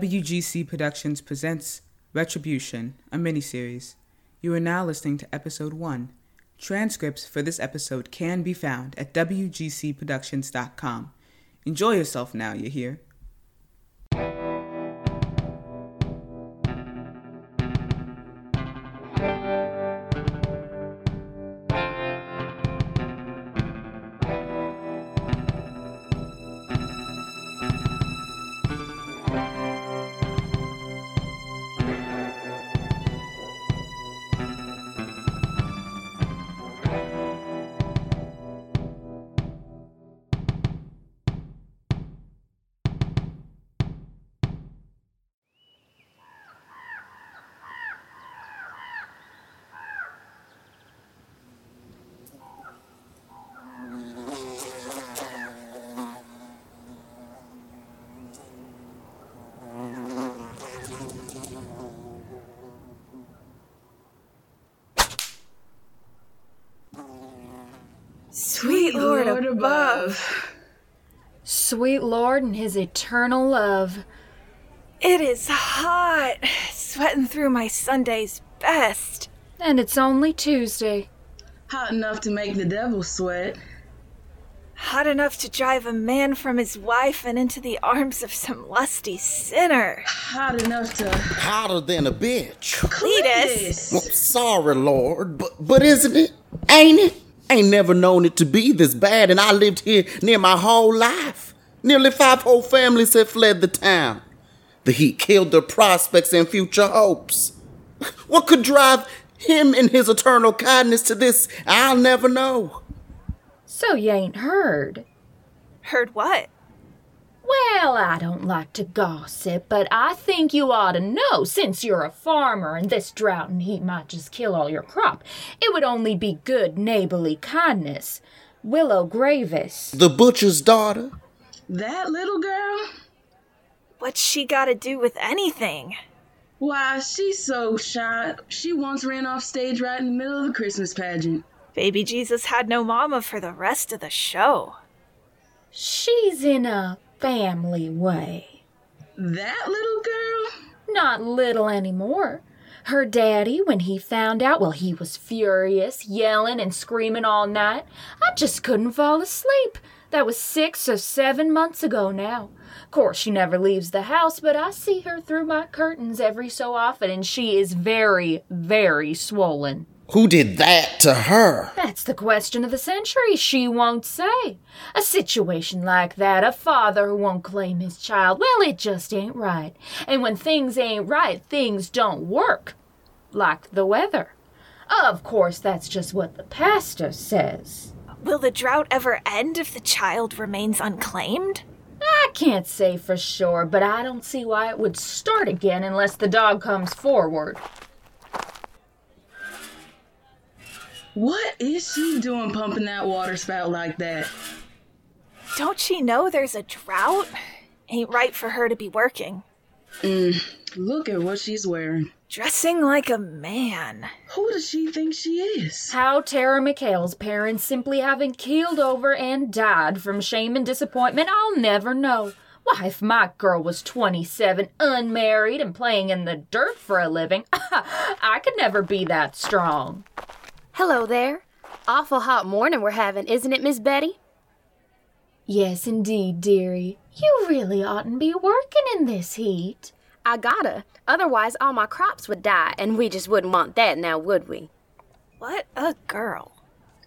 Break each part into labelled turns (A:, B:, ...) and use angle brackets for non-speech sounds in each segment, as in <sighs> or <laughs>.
A: WGC Productions presents Retribution, a miniseries. You are now listening to episode one. Transcripts for this episode can be found at WGCProductions.com. Enjoy yourself now you're here.
B: Sweet Lord, above,
C: Sweet Lord and His eternal love.
B: it is hot, sweating through my Sunday's best.
C: And it's only Tuesday.
D: hot enough to make the devil sweat.
B: Hot enough to drive a man from his wife and into the arms of some lusty sinner.
D: Hot enough to
E: hotter than a bitch.
B: Cletus!
E: Well,
D: this.
E: sorry, Lord, but but isn't it? Ain't it? Ain't never known it to be this bad, and I lived here near my whole life. Nearly five whole families have fled the town. The heat killed their prospects and future hopes. What could drive him in his eternal kindness to this? I'll never know.
C: So you ain't heard.
B: Heard what?
C: Well, I don't like to gossip, but I think you ought to know since you're a farmer and this drought and heat might just kill all your crop. It would only be good neighborly kindness. Willow Gravis.
E: The butcher's daughter.
D: That little girl?
B: What's she got to do with anything?
D: Why, she's so shy. She once ran off stage right in the middle of the Christmas pageant.
B: Baby Jesus had no mama for the rest of the show.
C: She's in a family way.
D: That little girl?
C: Not little anymore. Her daddy, when he found out, well, he was furious, yelling and screaming all night. I just couldn't fall asleep. That was six or seven months ago now. Of course, she never leaves the house, but I see her through my curtains every so often, and she is very, very swollen.
E: Who did that to her?
C: That's the question of the century. She won't say. A situation like that, a father who won't claim his child, well, it just ain't right. And when things ain't right, things don't work. Like the weather. Of course, that's just what the pastor says.
B: Will the drought ever end if the child remains unclaimed?
C: I can't say for sure, but I don't see why it would start again unless the dog comes forward.
D: What is she doing pumping that water spout like that?
B: Don't she know there's a drought? Ain't right for her to be working.
D: Mm, Look at what she's wearing.
B: Dressing like a man.
D: Who does she think she is?
C: How Tara McHale's parents simply haven't keeled over and died from shame and disappointment, I'll never know. Why, if my girl was 27, unmarried, and playing in the dirt for a living, <laughs> I could never be that strong.
F: Hello there. Awful hot morning we're having, isn't it, Miss Betty?
C: Yes, indeed, dearie. You really oughtn't be working in this heat.
F: I gotta. Otherwise, all my crops would die, and we just wouldn't want that now, would we?
B: What a girl.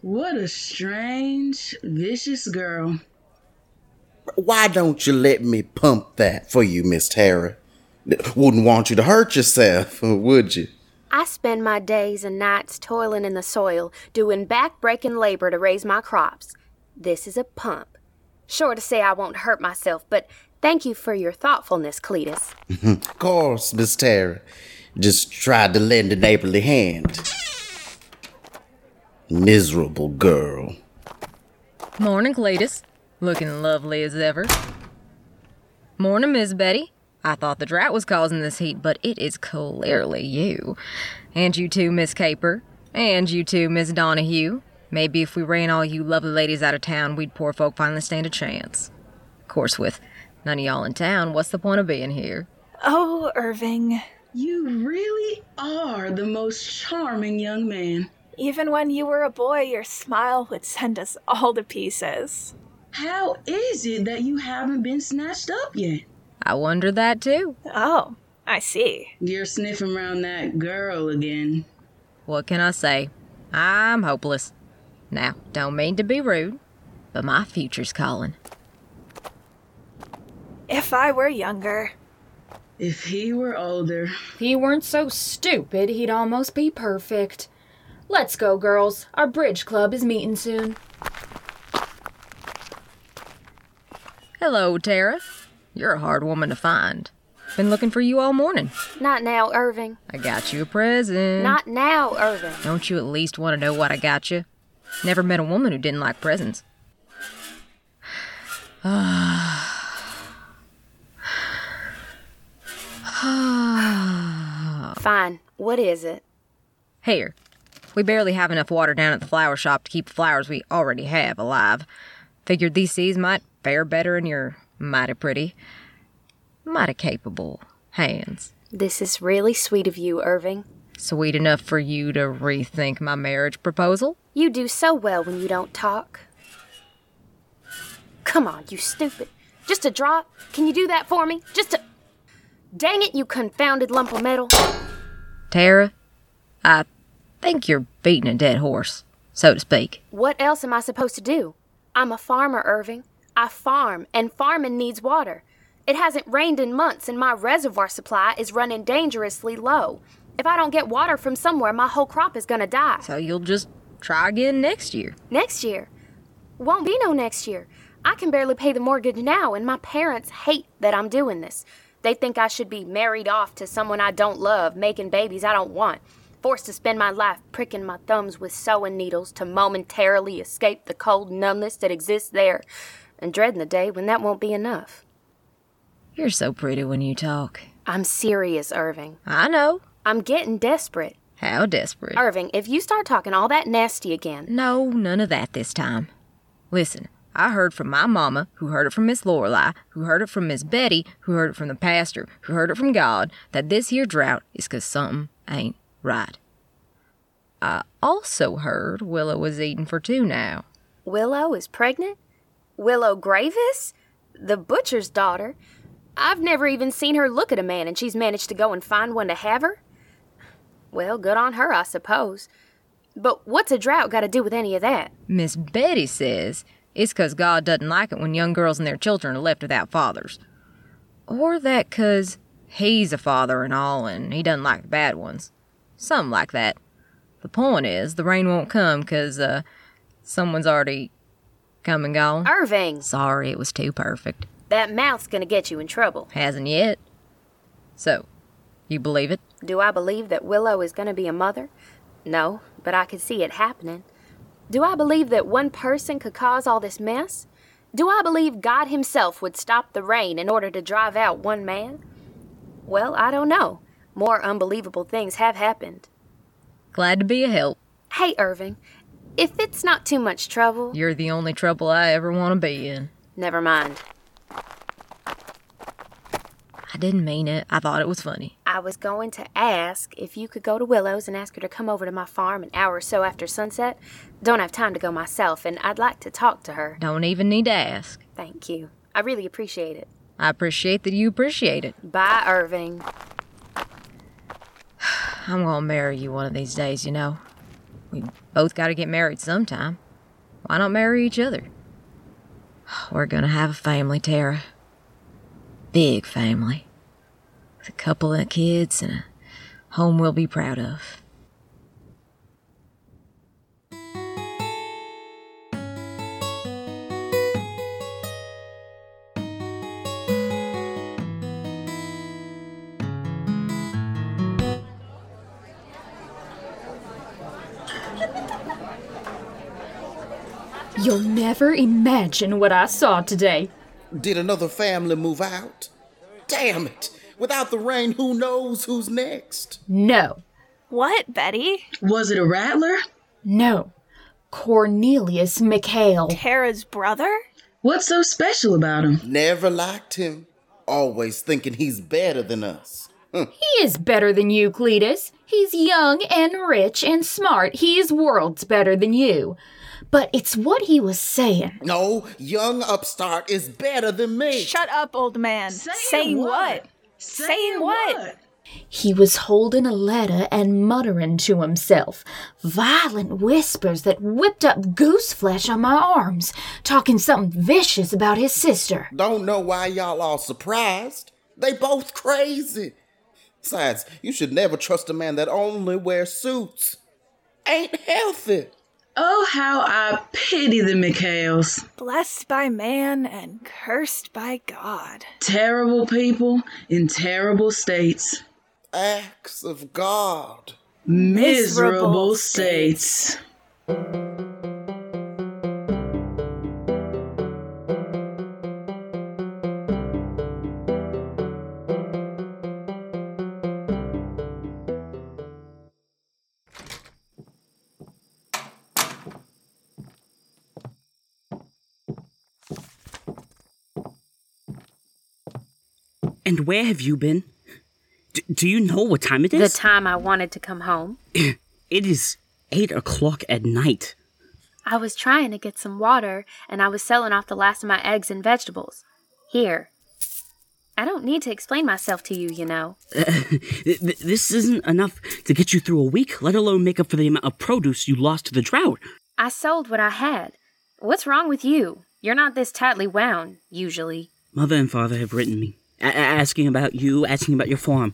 D: What a strange, vicious girl.
E: Why don't you let me pump that for you, Miss Tara? Wouldn't want you to hurt yourself, <laughs> would you?
F: I spend my days and nights toiling in the soil, doing back-breaking labor to raise my crops. This is a pump. Sure to say I won't hurt myself, but thank you for your thoughtfulness, Cletus.
E: Of course, Miss Tara. Just tried to lend a neighborly hand. Miserable girl.
G: Morning, Cletus. Looking lovely as ever. Morning, Miss Betty. I thought the drought was causing this heat, but it is clearly you. And you too, Miss Caper. And you too, Miss Donahue. Maybe if we ran all you lovely ladies out of town, we'd poor folk finally stand a chance. Of course, with none of y'all in town, what's the point of being here?
B: Oh, Irving,
D: You really are the most charming young man.
B: even when you were a boy, your smile would send us all to pieces.
D: How is it that you haven't been snatched up yet?
G: I wonder that too.
B: Oh, I see.
D: You're sniffing around that girl again.
G: What can I say? I'm hopeless. Now, don't mean to be rude, but my future's calling.
B: If I were younger,
D: If he were older,
C: If he weren't so stupid, he'd almost be perfect. Let's go, girls. Our bridge club is meeting soon.
G: Hello, Tara. You're a hard woman to find. Been looking for you all morning.
F: Not now, Irving.
G: I got you a present.
F: Not now, Irving.
G: Don't you at least want to know what I got you? Never met a woman who didn't like presents.
F: Fine. What is it?
G: Here. We barely have enough water down at the flower shop to keep the flowers we already have alive. Figured these seeds might fare better in your mighty pretty, mighty capable hands.
F: This is really sweet of you, Irving.
G: Sweet enough for you to rethink my marriage proposal?
F: You do so well when you don't talk. Come on, you stupid. Just a drop? Can you do that for me? Just a. Dang it, you confounded lump of metal.
G: Tara, I think you're beating a dead horse, so to speak.
F: What else am I supposed to do? I'm a farmer, Irving. I farm, and farming needs water. It hasn't rained in months, and my reservoir supply is running dangerously low. If I don't get water from somewhere, my whole crop is gonna die.
G: So you'll just try again next year.
F: Next year? Won't be no next year. I can barely pay the mortgage now, and my parents hate that I'm doing this. They think I should be married off to someone I don't love, making babies I don't want, forced to spend my life pricking my thumbs with sewing needles to momentarily escape the cold numbness that exists there, and dreading the day when that won't be enough.
G: You're so pretty when you talk.
F: I'm serious, Irving.
G: I know.
F: I'm getting desperate.
G: How desperate.
F: Irving, if you start talking all that nasty again,
G: No, none of that this time. Listen, I heard from my mama, who heard it from Miss Lorelei, who heard it from Miss Betty, who heard it from the pastor, who heard it from God, that this here drought is 'cause something ain't right. I also heard Willow was eating for two now.
F: Willow is pregnant? Willow Gravis? The butcher's daughter? I've never even seen her look at a man, and she's managed to go and find one to have her? Well, good on her, I suppose. But what's a drought got to do with any of that?
G: Miss Betty says it's 'cause God doesn't like it when young girls and their children are left without fathers. Or that 'cause he's a father and all and he doesn't like the bad ones. Some like that. The point is, the rain won't come 'cause uh, someone's already come and gone.
F: Irving,
G: Sorry, it was too perfect.
F: that mouth's going to get you in trouble.
G: Hasn't yet. So, you believe it?
F: Do I believe that Willow is going to be a mother? No, but I could see it happening. Do I believe that one person could cause all this mess? Do I believe God Himself would stop the rain in order to drive out one man? Well, I don't know. More unbelievable things have happened.
G: Glad to be a help.
F: Hey, Irving, if it's not too much trouble,
G: You're the only trouble I ever want to be in.
F: never mind.
G: I didn't mean it. I thought it was funny.
F: I was going to ask if you could go to Willow's and ask her to come over to my farm an hour or so after sunset. Don't have time to go myself, and I'd like to talk to her.
G: Don't even need to ask.
F: Thank you. I really appreciate it.
G: I appreciate that you appreciate it.
F: Bye, Irving.
G: I'm gonna marry you one of these days, you know. We both gotta get married sometime. Why not marry each other? <sighs> We're gonna have a family, Tara. Big family. With a couple of kids and a home we'll be proud of.
C: You'll never imagine what I saw today.
E: Did another family move out? Damn it! Without the rain, who knows who's next?
C: No,
B: What, Betty?
D: was it a rattler?
C: no. Cornelius McHale.
B: Tara's brother?
D: What's so special about him?
E: Never liked him. always thinking he's better than us.
C: He is better than you, Cletus. He's young and rich and smart. He is worlds better than you. But it's what he was saying.
E: No, young upstart is better than me.
B: Shut up, old man.
D: Saying,
B: what? Saying what?
C: He was holding a letter and muttering to himself. Violent whispers that whipped up goose flesh on my arms, talking something vicious about his sister.
E: Don't know why y'all all surprised. They both crazy. Besides, you should never trust a man that only wears suits. Ain't healthy.
D: Oh, how I pity the Mikhails.
B: Blessed by man and cursed by God.
D: Terrible people in terrible states.
E: Acts of God.
D: Miserable states.
H: And where have you been? D- do you know what time it
F: The
H: is?
F: time I wanted to come home,
H: it is eight o'clock at night. <laughs>
F: I was trying to get some water and I was selling off the last of my eggs and vegetables. Here. I don't need to explain myself to you, you know.
H: Th- th- this isn't enough to get you through a week, let alone make up for the amount of produce you lost to the drought.
F: I sold what I had. What's wrong with you? You're not this tightly wound, usually.
H: Mother and father have written me, a- a- asking about you, asking about your farm.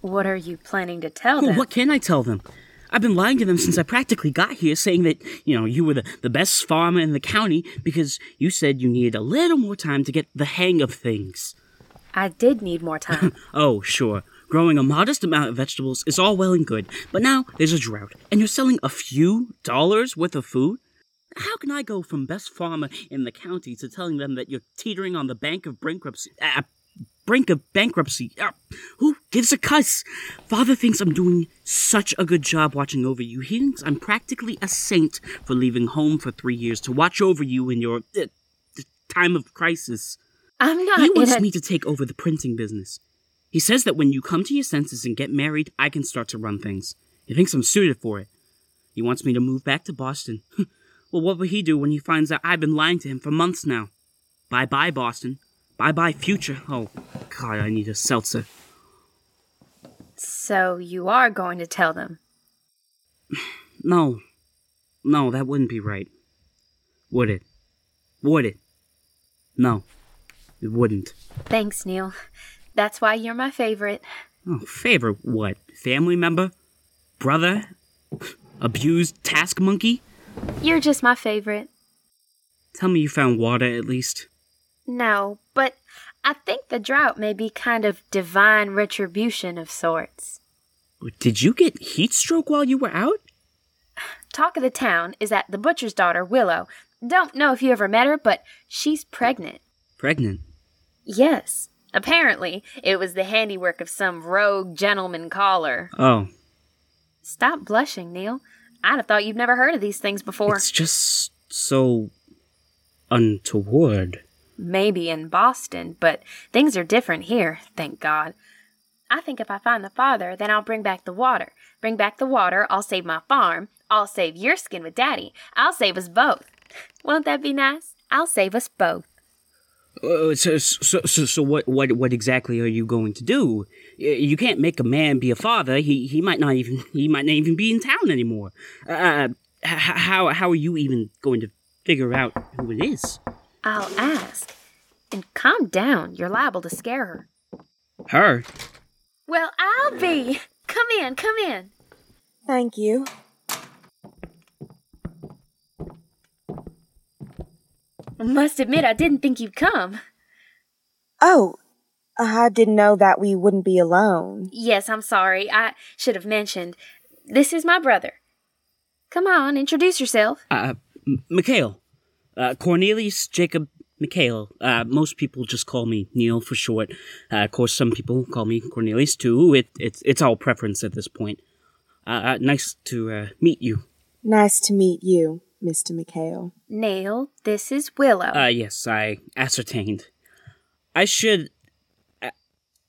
F: What are you planning to tell
H: Well,
F: them?
H: what can I tell them? I've been lying to them since I practically got here, saying that, you know, you were the, the best farmer in the county because you said you needed a little more time to get the hang of things.
F: I did need more time.
H: Oh, sure. Growing a modest amount of vegetables is all well and good, but now there's a drought, and you're selling a few dollars worth of food? How can I go from best farmer in the county to telling them that you're teetering on the bank of bankruptcy? Uh, brink of bankruptcy? Uh, who gives a cuss? Father thinks I'm doing such a good job watching over you. He thinks I'm practically a saint for leaving home for three years to watch over you in your uh, time of crisis.
F: I'm not
H: He
F: in
H: wants
F: a-
H: me to take over the printing business. He says that when you come to your senses and get married, I can start to run things. He thinks I'm suited for it. He wants me to move back to Boston. <laughs> well, what will he do when he finds out I've been lying to him for months now? Bye bye, Boston. Bye bye, future. Oh, God, I need a seltzer.
F: So you are going to tell them.
H: No. No, that wouldn't be right. Would it? Would it? No. It wouldn't.
F: Thanks, Neil. That's why you're my favorite.
H: Oh, favor what? Family member? Brother? Abused task monkey?
F: You're just my favorite.
H: Tell me you found water at least.
F: No, but I think the drought may be kind of divine retribution of sorts.
H: Did you get heat stroke while you were out?
F: Talk of the town is that the butcher's daughter, Willow. Don't know if you ever met her, but she's pregnant.
H: Pregnant.
F: Yes. Apparently, it was the handiwork of some rogue gentleman caller.
H: Oh,
F: Stop blushing, Neil. I'd have thought you've never heard of these things before.
H: it's just so untoward.
F: Maybe in Boston, but things are different here, thank God. I think if I find the father, then I'll bring back the water. Bring back the water, I'll save my farm, I'll save your skin with Daddy, I'll save us both. Won't that be nice? I'll save us both.
H: Uh, so, so, so, so what, what, what exactly are you going to do? Y- You can't make a man be a father. He, he might not even, he might not even be in town anymore. Uh, h- how, how are you even going to figure out who it is?
F: I'll ask. And calm down, you're liable to scare her.
H: Her.
F: Well, I'll be! Come in, come in.
B: Thank you.
F: Must admit, I didn't think you'd come.
I: Oh, I didn't know that we wouldn't be alone.
F: Yes, I'm sorry, I should have mentioned. This is my brother. Come on, introduce yourself.
H: Uh, M- Mikhail. Uh, Cornelius Jacob Mikhail. Uh, most people just call me Neil for short. Uh, of course, some people call me Cornelius too. It, it's it's all preference at this point. Uh, uh, nice to uh, meet you.
I: Nice to meet you, Mr. McHale.
F: Neil, this is Willow.
H: Uh, yes, I ascertained. I should I,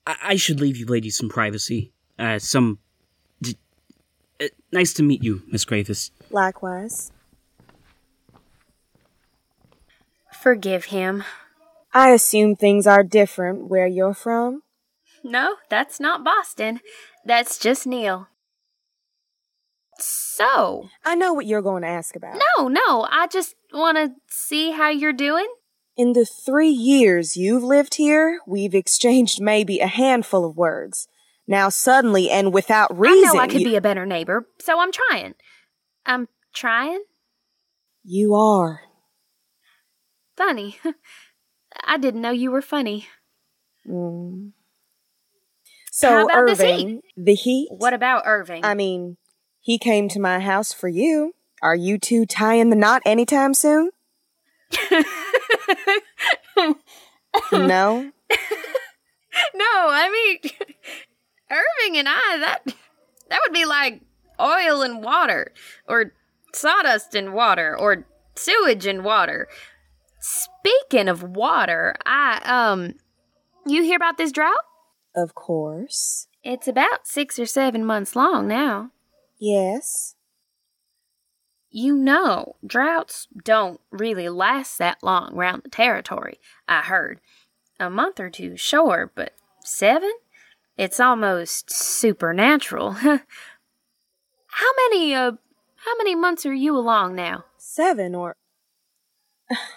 H: I should leave you ladies some privacy. Uh, some. D- uh, nice to meet you, Miss Gravis.
I: Likewise.
F: Forgive him.
I: I assume things are different where you're from.
F: No, that's not Boston. That's just Neil. So,
I: I know what you're going to ask about.
F: no, no, I just want to see how you're doing.
I: In the three years you've lived here, we've exchanged maybe a handful of words. Now, suddenly and without reason,
F: I know I could
I: you,
F: be a better neighbor, so I'm trying. I'm trying?
I: you are.
F: Funny. <laughs> I didn't know you were funny.
I: Mm. So,
F: How about this
I: Irving, the heat.
F: What about Irving?
I: I mean, he came to my house for you. Are you two tying the knot anytime soon?
F: <laughs>
I: no.
G: No, I mean,
F: <laughs> Irving and I, that that would be like oil and water, or sawdust and water, or sewage and water. Speaking of water, I um you hear about this drought?
I: Of course.
F: It's about six or seven months long now.
I: Yes.
F: You know, droughts don't really last that long round the territory, I heard. A month or two, sure, but seven? It's almost supernatural. <laughs> how many uh how many months are you along now?
I: Seven or.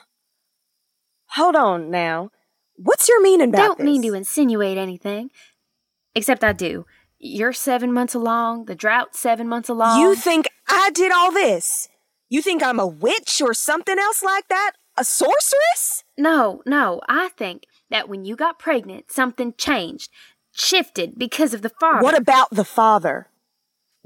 I: <sighs> Hold on now. What's your meaning about
F: Don't mean
I: this?
F: to insinuate anything. Except I do. You're seven months along, the drought's seven months along.
I: You think I did all this? You think I'm a witch or something else like that? A sorceress?
F: No, no, I think that when you got pregnant, something changed, shifted because of the father.
I: What about the father?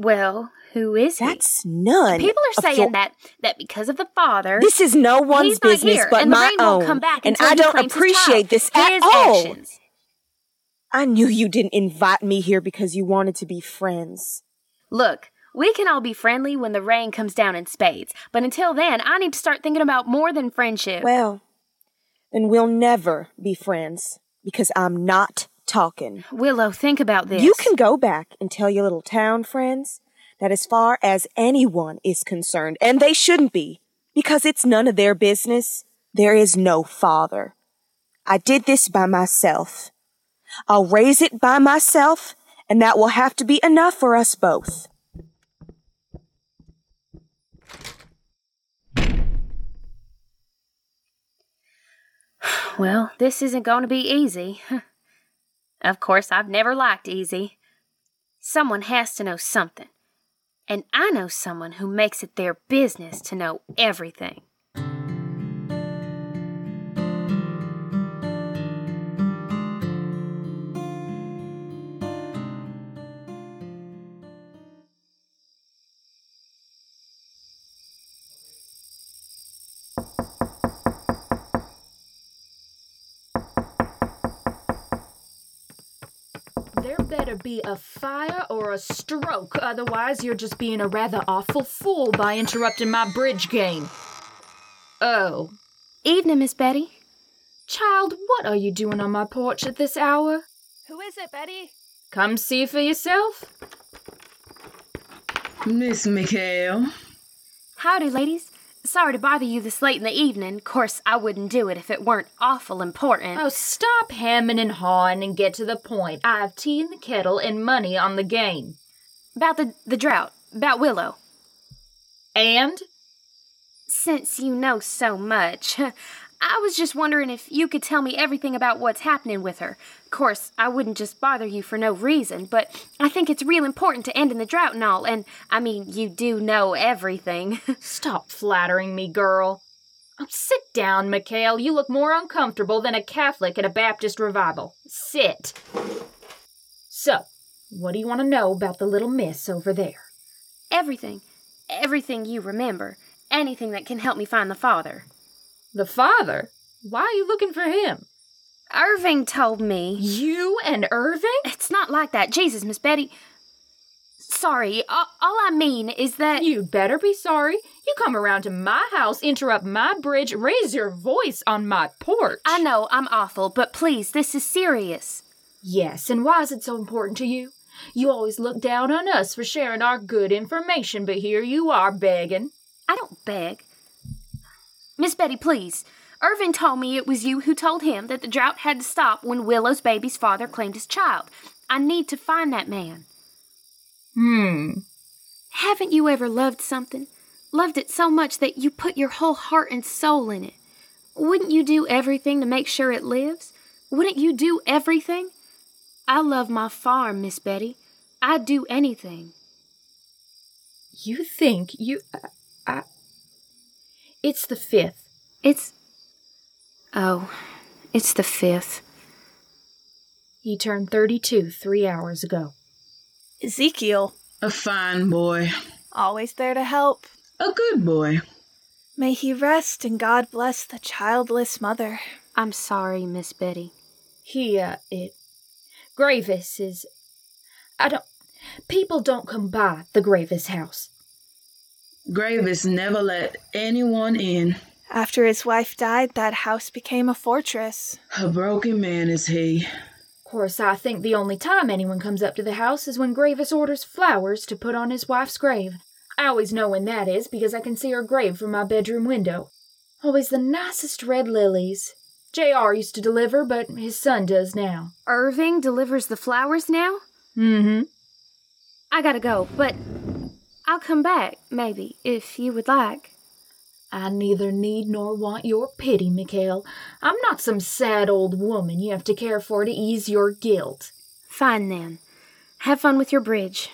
F: well, who is he?
I: That's none.
F: People are
I: of
F: saying
I: your-
F: that that because of the father.
I: This is no one's
F: he's not
I: business
F: here,
I: but
F: and
I: my
F: the rain
I: own,
F: won't come back
I: and
F: until
I: I
F: he
I: don't
F: claims his
I: appreciate
F: child.
I: this
F: His
I: at all.
F: actions.
I: I knew you didn't invite me here because you wanted to be friends.
F: Look, we can all be friendly when the rain comes down in spades, but until then, I need to start thinking about more than friendship.
I: Well, then we'll never be friends because I'm not talking.
F: Willow, think about this.
I: You can go back and tell your little town friends that as far as anyone is concerned, and they shouldn't be, because it's none of their business, there is no father. I did this by myself. I'll raise it by myself, and that will have to be enough for us both.
F: Well, this isn't going to be easy. <laughs> of course, I've never liked easy. Someone has to know something. And I know someone who makes it their business to know everything.
C: There better be a fire or a stroke, otherwise, you're just being a rather awful fool by interrupting my bridge game. Oh.
F: Evening, Miss Betty.
C: Child, what are you doing on my porch at this hour?
B: Who is it, Betty?
C: Come see for yourself.
D: Miss McHale.
F: Howdy, ladies. Sorry to bother you this late in the evening. Course, I wouldn't do it if it weren't awful important.
C: Oh, stop hammering and hawing and get to the point. I have tea in the kettle and money on the game.
F: About the, the drought, about Willow.
C: And?
F: Since you know so much, <laughs> I was just wondering if you could tell me everything about what's happening with her. Of course, I wouldn't just bother you for no reason, but I think it's real important to end in the drought and all, and I mean, you do know everything. <laughs>
C: Stop flattering me, girl. Oh, sit down, Mikhail. You look more uncomfortable than a Catholic at a Baptist revival. Sit. So, what do you want to know about the little miss over there?
F: everything. Everything you remember. Anything that can help me find the father.
C: The father? Why are you looking for him?
F: Irving told me.
C: You and Irving?
F: It's not like that. Jesus, Miss Betty. Sorry, all, all I mean is that.
C: You better be sorry. You come around to my house, interrupt my bridge, raise your voice on my porch.
F: I know I'm awful, but please, this is serious.
C: Yes, and why is it so important to you? You always look down on us for sharing our good information, but here you are begging.
F: I don't beg. Miss Betty, please. Irvin told me it was you who told him that the drought had to stop when Willow's baby's father claimed his child. I need to find that man.
C: Hmm.
F: Haven't you ever loved something? Loved it so much that you put your whole heart and soul in it? Wouldn't you do everything to make sure it lives? Wouldn't you do everything? I love my farm, Miss Betty. I'd do anything.
C: You think you. I, I, it's the fifth.
F: It's. Oh, it's the fifth.
C: He turned 32 three hours ago.
B: Ezekiel,
D: A fine boy.
B: always there to help.
D: A good boy.
B: May he rest and God bless the childless mother.
F: I'm sorry, Miss Betty.
C: He, uh, it. Gravis is. I don't. People don't come by the Gravis house.
D: Gravis never let anyone in.
B: After his wife died, that house became a fortress.
D: A broken man is he.
C: Of course, I think the only time anyone comes up to the house is when Gravis orders flowers to put on his wife's grave. I always know when that is because I can see her grave from my bedroom window. Always the nicest red lilies. J.R. used to deliver, but his son does now.
F: Irving delivers the flowers now?
C: Mm hmm.
F: I gotta go, but I'll come back, maybe, if you would like.
C: I neither need nor want your pity, Mikhail. I'm not some sad old woman you have to care for to ease your guilt.
F: Fine then. Have fun with your bridge.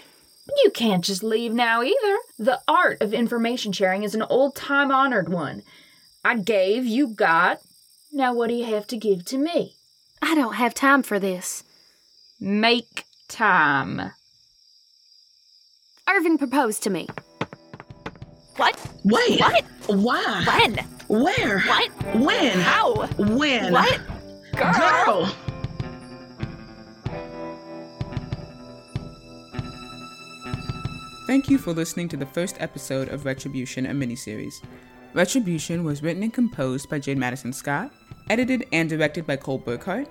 C: You can't just leave now either. The art of information sharing is an old time honored one. I gave, you got. Now what do you have to give to me?
F: I don't have time for this.
C: Make time.
F: Irving proposed to me.
B: What?
D: Wait.
B: What?
D: Why?
B: When?
D: Where?
B: What?
D: When?
B: How?
D: When?
B: What?
D: Girl.
A: Thank you for listening to the first episode of Retribution, a miniseries. Retribution was written and composed by Jade Madison Scott, edited and directed by Cole Burkhart.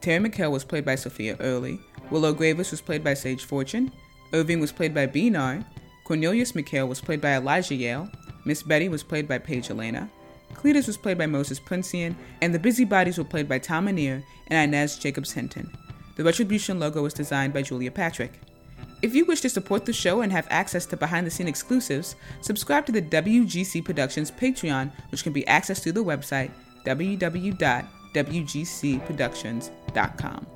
A: Terry McHale was played by Sophia Early. Willow Gravis was played by Sage Fortune. Irving was played by Benar. Cornelius McHale was played by Elijah Yale. Miss Betty was played by Paige Elena. Cletus was played by Moses Princian, and the Busybodies were played by Tom Anir and Inez Jacobs Hinton. The Retribution logo was designed by Julia Patrick. If you wish to support the show and have access to behind the scene exclusives, subscribe to the WGC Productions Patreon, which can be accessed through the website www.wgcproductions.com.